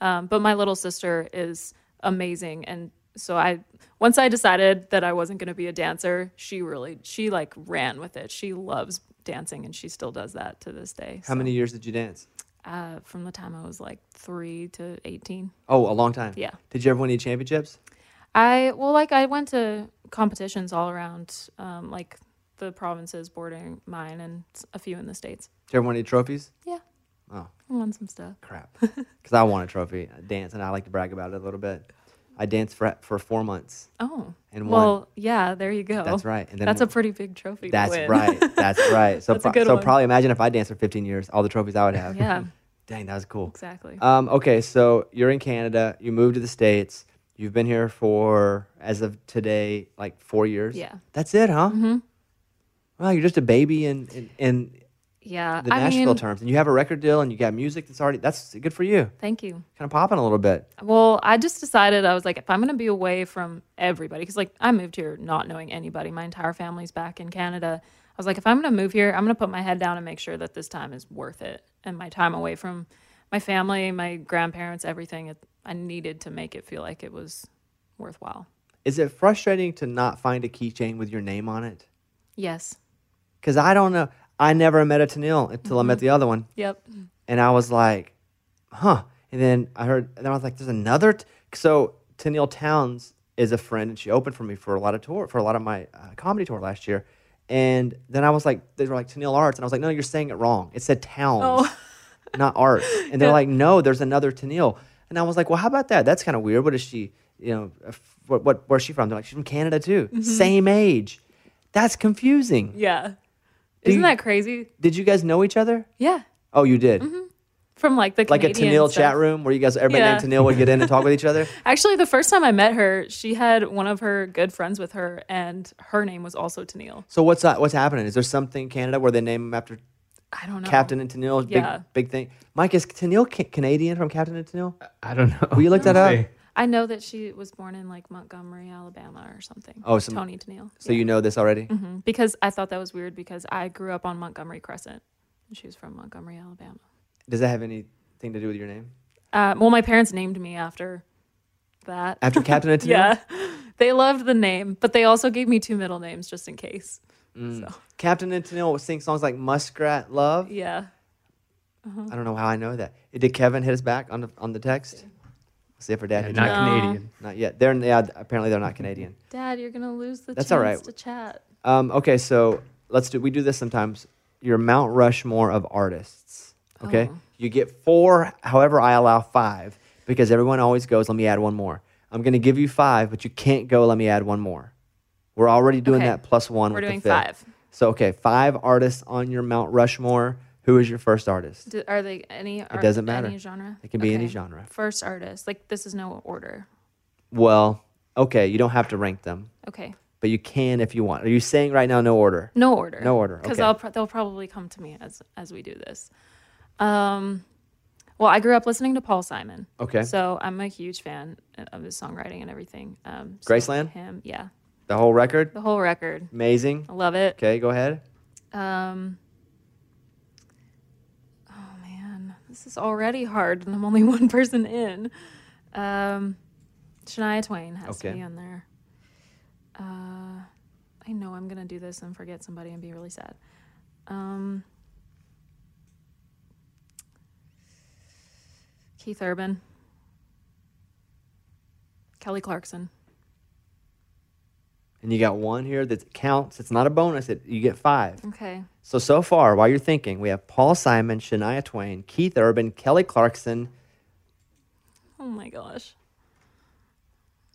Um, but my little sister is amazing, and so I once I decided that I wasn't going to be a dancer, she really she like ran with it. She loves dancing, and she still does that to this day. How many years did you dance? Uh, from the time I was like three to eighteen. Oh, a long time. Yeah. Did you ever win any championships? I well, like I went to competitions all around, um, like the provinces bordering mine, and a few in the states. Did you ever win any trophies? Yeah, Oh, I won some stuff. crap. Because I won a trophy I dance, and I like to brag about it a little bit. I danced for for four months. Oh. And well, won. yeah, there you go. That's right. And then that's won- a pretty big trophy. to That's win. right. That's right. So That's a pro- good so one. probably imagine if I danced for 15 years, all the trophies I would have. yeah, Dang, that was cool. exactly. Um, okay, so you're in Canada. You moved to the states. You've been here for, as of today, like four years. Yeah. that's it, huh? Mhm. Wow, you're just a baby in in, in yeah, the I Nashville mean, terms, and you have a record deal, and you got music that's already that's good for you. Thank you. Kind of popping a little bit. Well, I just decided I was like, if I'm gonna be away from everybody, because like I moved here not knowing anybody. My entire family's back in Canada. I was like, if I'm gonna move here, I'm gonna put my head down and make sure that this time is worth it, and my time away from my family, my grandparents, everything. It, I needed to make it feel like it was worthwhile. Is it frustrating to not find a keychain with your name on it? Yes. Because I don't know. I never met a Tanil until I Mm-hmm. met the other one. Yep. and I was like, huh. And then I heard, and then I was like, there's another. T-. So Tennille Towns is a friend, and she opened for me for a lot of tour for a lot of my uh, comedy tour last year. And then I was like, they were like Tennille Arts, and I was like, no, you're saying it wrong. It said Towns, Oh. not Arts. And they're like, no, there's another Tennille. And I was like, well, how about that? That's kind of weird. What is she? You know, uh, f- what, what where's she from? They're like, she's from Canada too. Mhm. Same age. That's confusing. Yeah. Do Isn't you- that crazy? Did you guys know each other? Yeah. Oh, you did. Mm-hmm. From like the like a Canadian Tanil stuff. chat room where you guys, everybody named Yeah. Tanil would get in and talk with each other. Actually, the first time I met her, she had one of her good friends with her, and her name was also Tennille. So what's that, what's happening? Is there something in Canada where they name him after I don't know. Captain and Tanil? Yeah. Big, big thing. Mike, is Tanil ca- Canadian from Captain and Tanil? I don't know. Will you look that up? I know that she was born in like Montgomery, Alabama, or something. Oh, some- Tony Tennille. So you know this already? hmm Because I thought that was weird because I grew up on Montgomery Crescent, and she was from Montgomery, Alabama. Does that have anything to do with your name? Uh, well, my parents named me after that. After Captain and Tennille? yeah, they loved the name, but they also gave me two middle names just in case. Mm. Captain and Tanil would sing songs like Muskrat Love. Yeah. Uh-huh. I don't know how I know that. Did Kevin hit us back on the, on the text? Let's see if her dad. Yeah, hit not you back. No. Canadian. Not yet. They're yeah, apparently they're not Canadian. Dad, you're gonna lose the That's chance all right. to chat. Um, okay, so let's do. We do this sometimes. your Mount Rushmore of artists. Okay, Oh. you get four. However, I allow five because everyone always goes. Let me add one more. I'm going to give you five, but you can't go. Let me add one more. We're already doing Okay. that plus one. We're with the doing fifth. five. So okay, five artists on your Mount Rushmore. Who is your first artist? Do, are they any? It doesn't matter. Any genre? It can be any genre. First artist. Like this is no order. Well, okay, you don't have to rank them, Okay. but you can if you want. Are you saying right now no order? No order. No order. Because Okay. pro- they'll probably come to me as as we do this. Um, well, I grew up listening to Paul Simon. Okay. So I'm a huge fan uh, of his songwriting and everything. Um, so Graceland? Mm. Him, yeah. The whole record. The whole record. Amazing. I love it. Okay, go ahead. Um. Oh man, this is already hard, and I'm only one person in. Um, Shania Twain has to Okay. be on there. Uh, I know I'm gonna do this and forget somebody and be really sad. Um, Keith Urban, Kelly Clarkson. And you got one here that counts. It's not a bonus. It, you get five. Okay. So so far, while you're thinking, we have Paul Simon, Shania Twain, Keith Urban, Kelly Clarkson. Oh my gosh.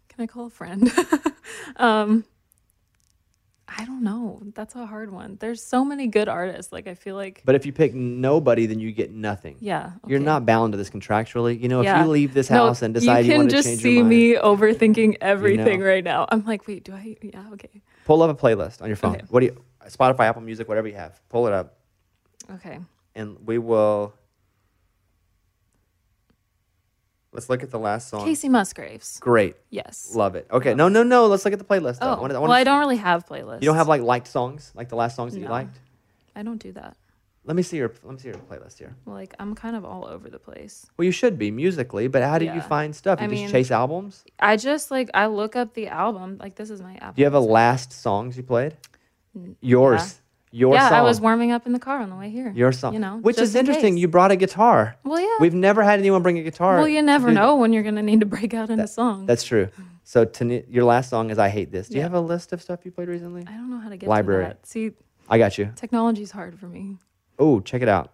Can I call a friend? um I don't know. That's a hard one. There's so many good artists. Like I feel like But if you pick nobody, then you get nothing. yeah. You're not bound to this contractually. You know, yeah. if you leave this No, house and decide you, you can want to just change see your mind, me overthinking everything right now. I'm like, wait, do I? Yeah, okay, pull up a playlist on your phone. What do you? Spotify, Apple Music, whatever you have, pull it up, okay. and we will. Let's look at the last song. Casey Musgraves. Great. Yes. Love it. Okay. No, no, no. Let's look at the playlist. though. Oh, I wanna- I well, wanna- I don't really have playlists. You don't have like liked songs, like the last songs that you No. liked. I don't do that. Let me see your let me see your playlist here. Like I'm kind of all over the place. Well, you should be musically, but how do you Yeah. find stuff? You I just mean- chase albums. I just like I look up the album. Like this is my album. Do you have a last songs you played? Yours, your yeah, song, I was warming up in the car on the way here. your song. You know, which just is in interesting. case. You brought a guitar. Well, yeah. We've never had anyone bring a guitar. well, you to never do- know when you're gonna need to break out into song. That's true. So to, your last song is "I Hate This." Do you Yeah. have a list of stuff you played recently? I don't know how to get Library. To that. See, I got you. technology's hard for me. Oh, check it out.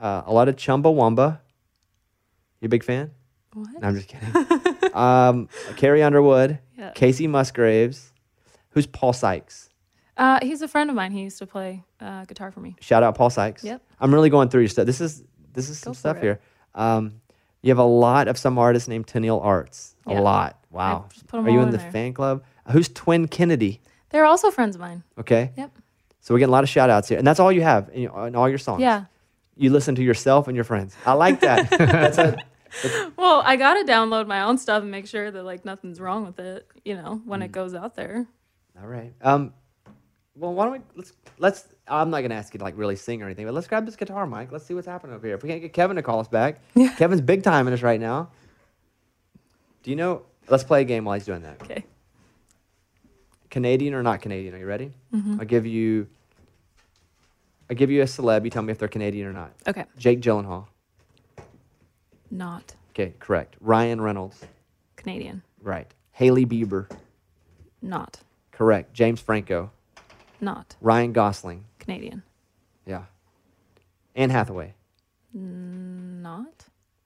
Uh, a lot of Chumbawamba. You a big fan? What? No, I'm just kidding. um, Carrie Underwood, Yeah. Casey Musgraves. Who's Paul Sykes? Uh, he's a friend of mine. He used to play uh, guitar for me. Shout out Paul Sykes. Yep. I'm really going through your stuff. This is this is some for stuff it. here. Um, you have a lot of some artists named Tennille Arts. A Yeah. lot. Wow. just put 'em Are you all in in the there. fan club? Who's Twin Kennedy? They're also friends of mine. Okay. Yep. So we're getting a lot of shout outs here. And that's all you have in, in all your songs. Yeah. You listen to yourself and your friends. I like that. that's a, Well, I gotta download my own stuff and make sure that like nothing's wrong with it. You know, when Hmm. it goes out there. All right. Um, well, why don't we let's let's. I'm not gonna ask you to like really sing or anything, but let's grab this guitar, Mike. Let's see what's happening over here. If we can't get Kevin to call us back, Kevin's big time in us right now. Do you know? Let's play a game while he's doing that. Okay. Canadian or not Canadian? Are you ready? Mhm. I'll give you. I'll give you a celeb. You tell me if they're Canadian or not. Okay. Jake Gyllenhaal. Not Okay, correct. Ryan Reynolds. Canadian. Right. Haley Bieber. Not Correct. James Franco. not Ryan Gosling. Canadian. Yeah. Anne Hathaway. Not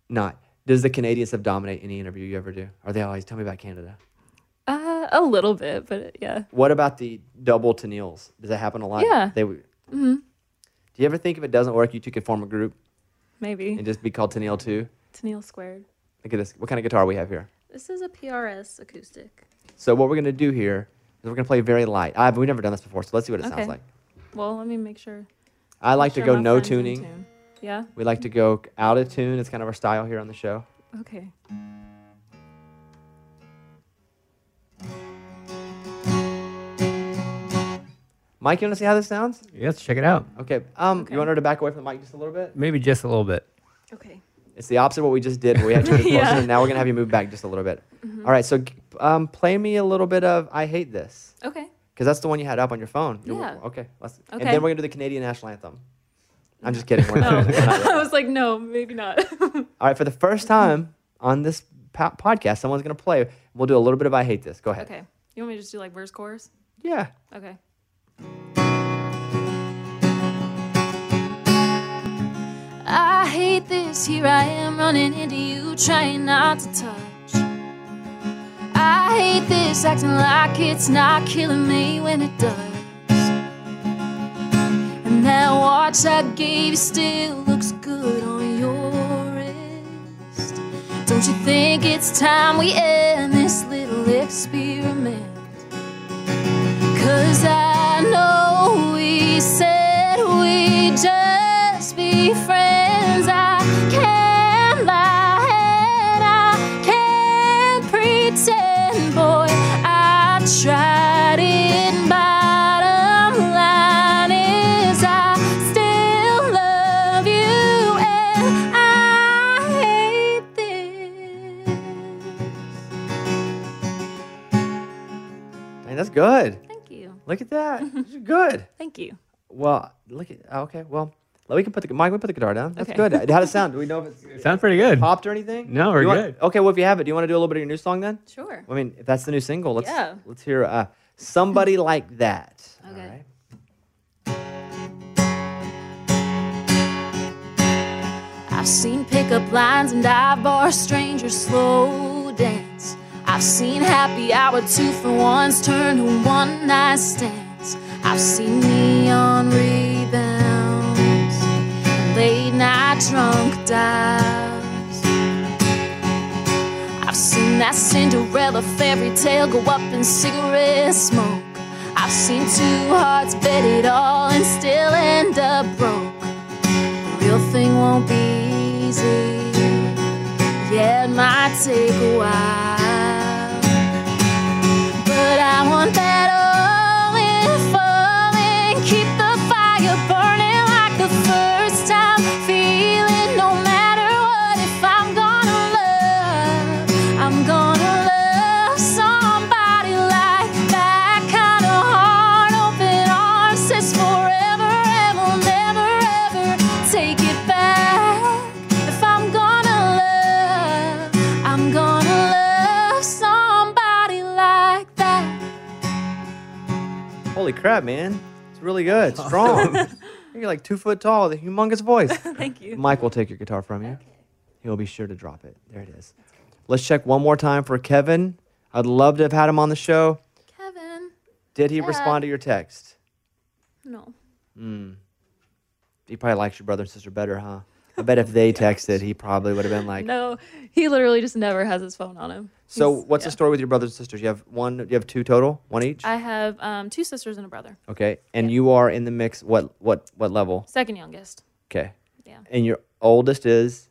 Not. Does the Canadian stuff dominate any interview you ever do? Are they always tell me about Canada? uh, a little bit, but yeah. What about the double tenils? Does that happen a lot? Yeah. They would. hmm Do you ever think if it doesn't work, you two could form a group Maybe. and just be called Tennille too? Tennille squared. Look at this. What kind of guitar we have here? This is a PRS acoustic. So what we're gonna do here is we're gonna play very light. I've we've never done this before, so let's see what it Okay. sounds like. Well, let me make sure. I like Sure to go my no friend's in tuning. tune. Yeah. We like to go out of tune. It's kind of our style here on the show. Okay. Mike, you wanna see how this sounds? Yeah, let's check it out. Okay. Um, you want her to back away from the mic just a little bit? Maybe just a little bit. Okay. It's the opposite of what we just did. Where we had two closer, Yeah. and now we're gonna have you move back just a little bit. Mm-hmm. All right, so g- um, play me a little bit of "I Hate This" Okay. because that's the one you had up on your phone. You- Yeah. Okay. Let's, And Okay. then we're gonna do the Canadian national anthem. I'm just kidding. We're not, we're not- I was like, no, maybe not. All right, for the first time on this po- podcast, someone's gonna play. We'll do a little bit of "I Hate This." Go ahead. okay. You want me to just do like verse chorus? Yeah. Okay. here I am running into you, trying not to touch. I hate this, acting like it's not killing me when it does. And that watch I gave you still looks good on your wrist. Don't you think it's time we end this little experiment? Cause I know we said we just be friends. I can't lie and I can't pretend, boy. I tried it, bottom line is I still love you and I hate Dang, that's good. Thank you. Look at that. You're good. Thank you. Well, look at oh, okay. Well, we can put the Mike. We put the guitar down. That's Okay. good. How does it sound? Do we know if it's It sounds pretty good. popped or anything? No, we're You want- good. okay, well, if you have it, do you want to do a little bit of your new song then? Sure. I mean, if that's the new single, let's Yeah. let's hear uh, somebody like that. Okay. I've seen pickup lines and dive bar strangers slow dance. I've seen happy hour two for ones turn to one night stands. I've seen neon rebounds, late night drunk dives. I've seen that Cinderella fairy tale go up in cigarette smoke. I've seen two hearts bet it all and still end up broke. The real thing won't be easy. Yeah, it might take a while. But I want that all in falling. Keep the fire burning like the first time. Feeling no matter what, if I'm gonna love, I'm gonna love somebody like that. Kind of heart, open arms says forever and will never ever take it back. If I'm gonna love, I'm gonna love somebody like that. Holy crap, man! It's really good. Strong. You're like two foot tall. The humongous voice. Thank you. Mike will take your guitar from you. He'll be sure to drop it. There it is. Let's check one more time for Kevin. I'd love to have had him on the show. Kevin. Did he Yeah. respond to your text? No. Mm. He probably likes your brother and sister better, huh? I bet if they texted, he probably would have been like, no, he literally just never has his phone on him. So He's- what's the story with your brothers and sisters? You have one, you have two total, one each. I have um, two sisters and a brother. Okay, and you are in the mix. What what what level? Second youngest, Okay. Yeah. And your oldest is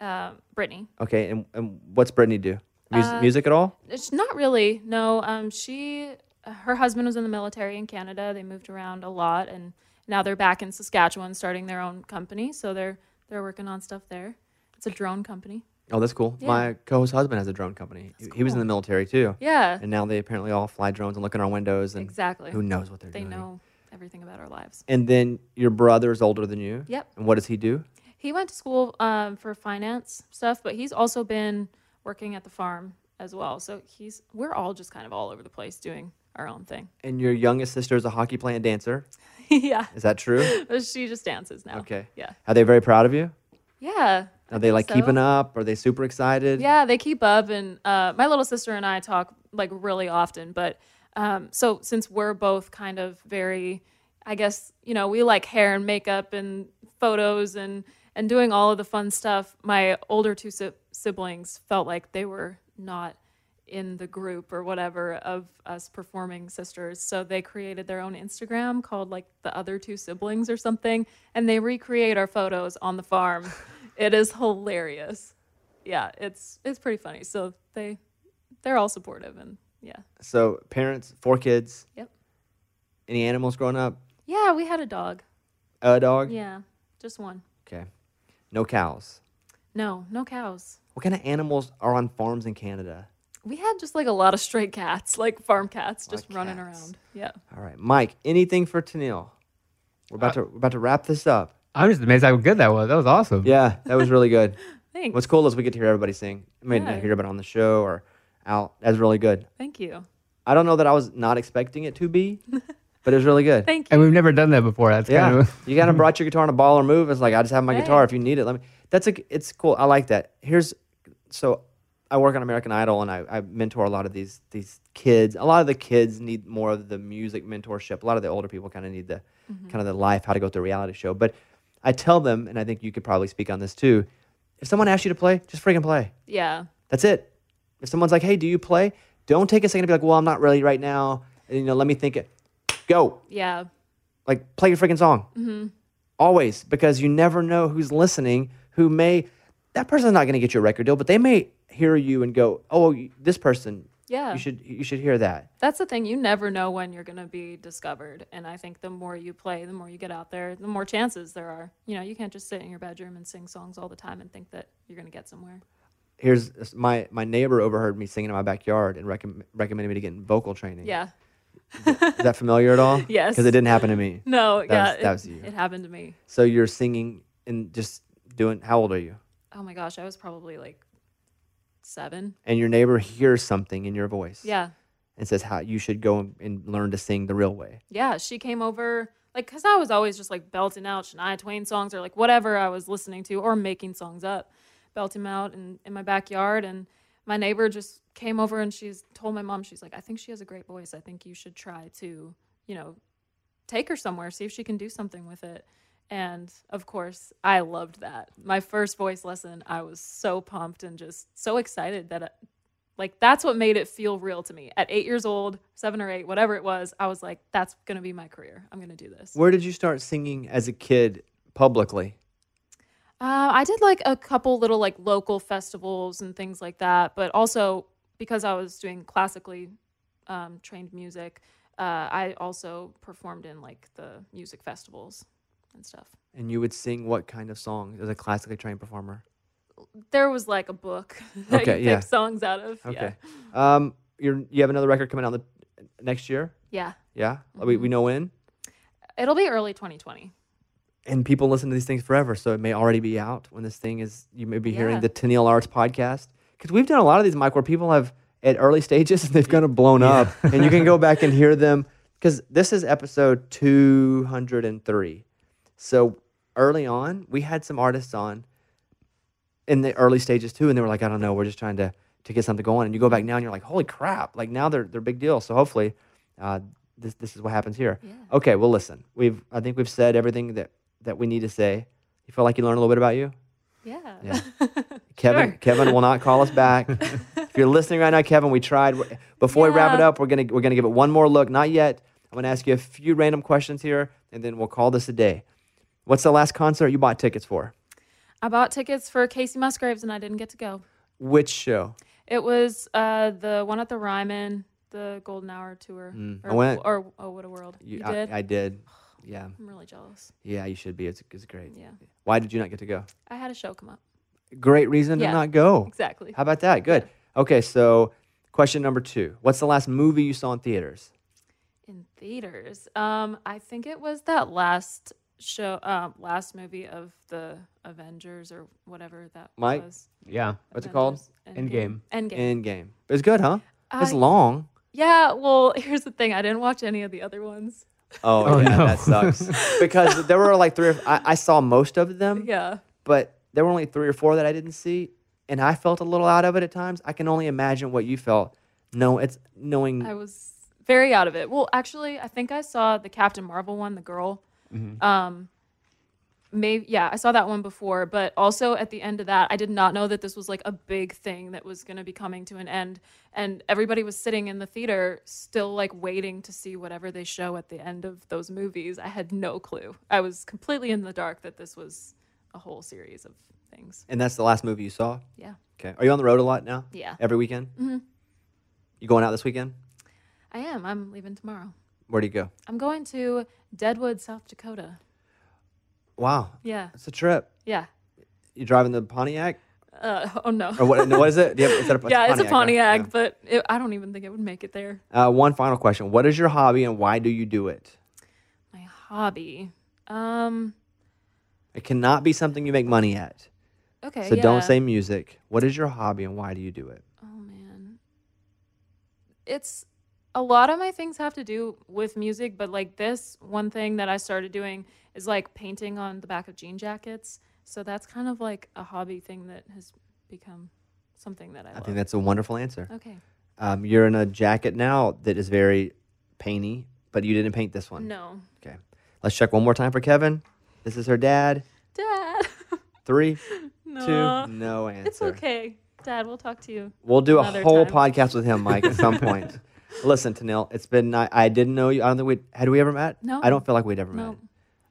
uh, Brittany. okay. And, and what's Brittany do? Mus- Uh, music at all? It's not really. No, um, she, her husband was in the military in Canada. They moved around a lot, and now they're back in Saskatchewan, starting their own company. So they're they're working on stuff there. It's a drone company. Oh, that's cool. Yeah. My co-host husband has a drone company. He, he was in the military too. Yeah. And now they apparently all fly drones and look in our windows and Exactly. who knows what they're they doing. know everything about our lives. And then your brother is older than you. Yep. And what does he do? He went to school um, for finance stuff, but he's also been working at the farm as well. So he's we're all just kind of all over the place doing our own thing. And your youngest sister is a hockey playing dancer. yeah. Is that true? she just dances now. Okay. Yeah. Are they very proud of you? Yeah. Are they like so. keeping up? Are they super excited? Yeah, they keep up, and uh, my little sister and I talk like really often. But um, so since we're both kind of very, I guess you know, we like hair and makeup and photos and and doing all of the fun stuff. My older two si- siblings felt like they were not in the group or whatever of us performing sisters. So they created their own Instagram called like the other two siblings or something, and they recreate our photos on the farm. it is hilarious. Yeah, it's it's pretty funny. So they they're all supportive and yeah. So parents, four kids. Yep. Any animals growing up? Yeah, we had a dog. A dog? Yeah, just one. Okay. No cows. No, no cows. What kind of animals are on farms in Canada? We had just like a lot of stray cats, like farm cats just running around. Yeah. All right, Mike. Anything for Tanil? We're about to we're about to wrap this up. Uh, I'm just amazed how good that was. That was awesome. Yeah, that was really good. Thanks. What's cool is we get to hear everybody sing. I mean, Yeah. hear about it on the show or out. That's really good. Thank you. I don't know that I was not expecting it to be, but it was really good. Thank And we've never done that before. That's Yeah, kind of you kind of brought your guitar in a ball or move. It's like I just have my guitar. If you need it, let me. That's a it's cool. I like that. Here's so I work on American Idol and I, I mentor a lot of these these kids. A lot of the kids need more of the music mentorship. A lot of the older people kind of need the kind of the life, how to go through a reality show. But I tell them, and I think you could probably speak on this too. If someone asks you to play, just freaking play. Yeah. That's it. If someone's like, "Hey, do you play?" Don't take a second to be like, "Well, I'm not really right now." You know, let me think it. Go, Yeah. like, play your freaking song hmm always, because you never know who's listening. Who may that person's not going to get you a record deal, but they may hear you and go, "Oh, you- this person, Yeah. you should you should hear that." That's the thing. You never know when you're going to be discovered. And I think the more you play, the more you get out there, the more chances there are. You know, you can't just sit in your bedroom and sing songs all the time and think that you're going to get somewhere. Here's this- my my neighbor overheard me singing in my backyard and recomm recommended me to get in vocal training. Yeah. Is that familiar at all? Yes. because it didn't happen to me. No, That yeah. was- that it, was you. it happened to me. So you're singing and just doing. How old are you? Oh my gosh. I was probably like seven. And your neighbor hears something in your voice Yeah. and says, "How you should go and- and learn to sing the real way." Yeah, she came over like because I was always just like belting out Shania Twain songs or like whatever I was listening to or making songs up, belting 'em out in, in my backyard. And my neighbor just came over and she's told my mom she's like, I think she has a great voice. I think you should try to, you know, take her somewhere, see if she can do something with it. And of course, I loved that. My first voice lesson, I was so pumped and just so excited that, uh like, that's what made it feel real to me. At eight years old, seven or eight, whatever it was, I was like, that's going to be my career. I'm going to do this. Where did you start singing as a kid publicly? Uh, I did like a couple little like local festivals and things like that, but also because I was doing classically um, trained music, uh, I also performed in like the music festivals and stuff. And you would sing what kind of song as a classically trained performer? There was like a book that Okay, you yeah. pick songs out of. Okay. Um, you're, you have another record coming out the next year? Yeah. Yeah. We, we know when. Yeah. It'll be early 2020. And people listen to these things forever. So it may already be out when this thing is, you may be hearing Yeah. the Tennille Arts podcast. Because we've done a lot of these, Mike, where people have at early stages and they've kind of blown up. and you can go back and hear them. Because this is episode 203. So early on, we had some artists on in the early stages too, and they were like, I don't know, we're just trying to to get something going. And you go back now, and you're like, holy crap! Like now they're they're a big deal. So hopefully, uh, this this is what happens here. Okay, well listen, we've I think we've said everything that that we need to say. You feel like you learned a little bit about you. Yeah. Yeah. Kevin Kevin will not call us back. if you're listening right now, Kevin, we tried. Before we wrap it Yeah. up, we're gonna we're gonna give it one more look. Not yet. I'm gonna ask you a few random questions here, and then we'll call this a day. What's the last concert you bought tickets for? I bought tickets for Casey Musgraves and I didn't get to go. Which show? It was uh, the one at the Ryman, the Golden Hour tour. Mm, I Or, went. Or Oh, What a World. You, I- did? I, did. Yeah. I'm really jealous. Yeah, you should be. It's, it's great. Yeah. Why did you not get to go? I had a show come up. Great reason Yeah, to not go. exactly. How about that? Good. Okay, so question number two What's the last movie you saw in theaters? in theaters. Um, I think it was that last show, um, last movie of the Avengers or whatever that Mike? was. Yeah. What's it called? Avengers Endgame. Endgame. Endgame. It was good, huh? it's I- long. Yeah. Well, here's the thing. I didn't watch any of the other ones. Oh, Oh, yeah, no. that sucks. because there were like three or I, I saw most of them, Yeah. but there were only three or four that I didn't see. And I felt a little out of it at times. I can only imagine what you felt. No, it's knowing I was very out of it. Well, actually, I think I saw the Captain Marvel one, the girl. Mhm. Um, maybe yeah, I saw that one before, but also at the end of that, I did not know that this was like a big thing that was going to be coming to an end, and everybody was sitting in the theater still like waiting to see whatever they show at the end of those movies. I had no clue. I was completely in the dark that this was a whole series of things. And that's the last movie you saw? Yeah. Okay. Are you on the road a lot now? Yeah. Every weekend? Mhm. You going out this weekend? I am. I'm leaving tomorrow. Where do you go? I'm going to Deadwood, South Dakota. Wow. Yeah. It's a trip. Yeah. You driving the Pontiac? Uh, oh no. Or what, no, what is it? Do you have- is that a- yeah, it's a right? Pontiac, but it, I don't even think it would make it there. Uh, one final question. What is your hobby and why do you do it? My hobby. Um. It cannot be something you make money at. Okay. so yeah. don't say music. What is your hobby and why do you do it? Oh man. It's a lot of my things have to do with music, but like this one thing that I started doing is like painting on the back of jean jackets. So that's kind of like a hobby thing that has become something that I, I love. think that's a wonderful answer. Okay. Um, you're in a jacket now that is very painty, but you didn't paint this one. No. Okay. Let's check one more time for Kevin. This is her dad. Dad. Three, No. two, no answer. It's okay. Dad, we'll talk to you. We'll do a another whole time. podcast with him, Mike, at some point. Listen, Tanil, it's been ni- I didn't know you. I don't think we had we ever met. No. I don't feel like we'd ever No. met.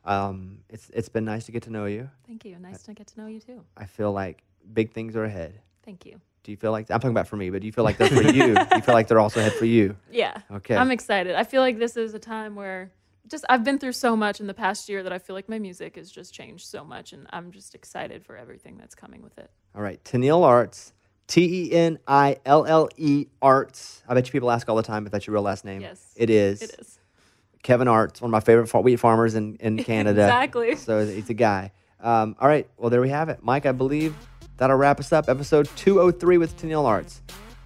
Um, it's it's been nice to get to know you. Thank you. Uh, Nice to get to know you too. I feel like big things are ahead. Thank you. Do you feel like I'm talking about for me? But do you feel like they're for you? Do you feel like they're also ahead for you? Yeah. Okay. I'm excited. I feel like this is a time where just I've been through so much in the past year that I feel like my music has just changed so much and I'm just excited for everything that's coming with it. All right, Tenille Arts, T E N I L L E Arts. I bet you people ask all the time if that's your real last name. Yes, it is. it is. Kevin Arts, one of my favorite far- wheat farmers in, in Canada. Exactly. So it's a guy. Um, all right, well there we have it, Mike. I believe that'll wrap us up. Episode 203 with Tenille Arts.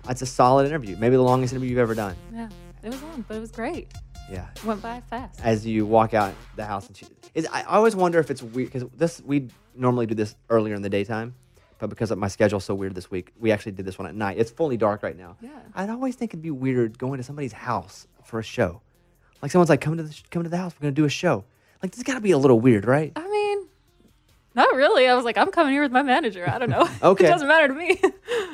That's a solid interview. Maybe the longest interview you've ever done. Yeah. It was long, but it was great. Yeah. Went by fast. As you walk out the house, and she, is, I I always wonder if it's weird because this we normally do this earlier in the daytime, but because of my schedule's so weird this week, we actually did this one at night. It's fully dark right now. Yeah. I'd always think it'd be weird going to somebody's house for a show. Like someone's like, "Come to the sh- come to the house. We're gonna do a show." Like this got to be a little weird, right? I mean, not really. I was like, I'm coming here with my manager. I don't know. Okay. it doesn't matter to me.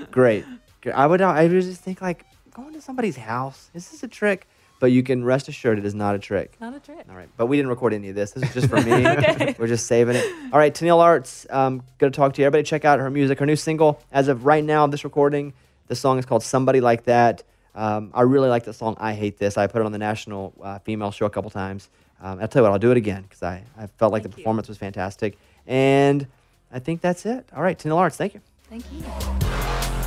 Great. Great. I would I would just think like going to somebody's house. Is this a trick? But you can rest assured it is not a trick. Not a trick. All right, but we didn't record any of this. This is just for me. We're just saving it. All right, Tennille Arts, um, going to talk to you. Everybody, check out her music. Her new single, as of right now, this recording, the song is called "Somebody Like That." Um, I really like the song. I hate this. I put it on the national uh, female show a couple times. Um, I'll tell you what, I'll do it again because I, I felt like the performance was fantastic. And I think that's it. All right, Tennille Arts, thank you. Thank you.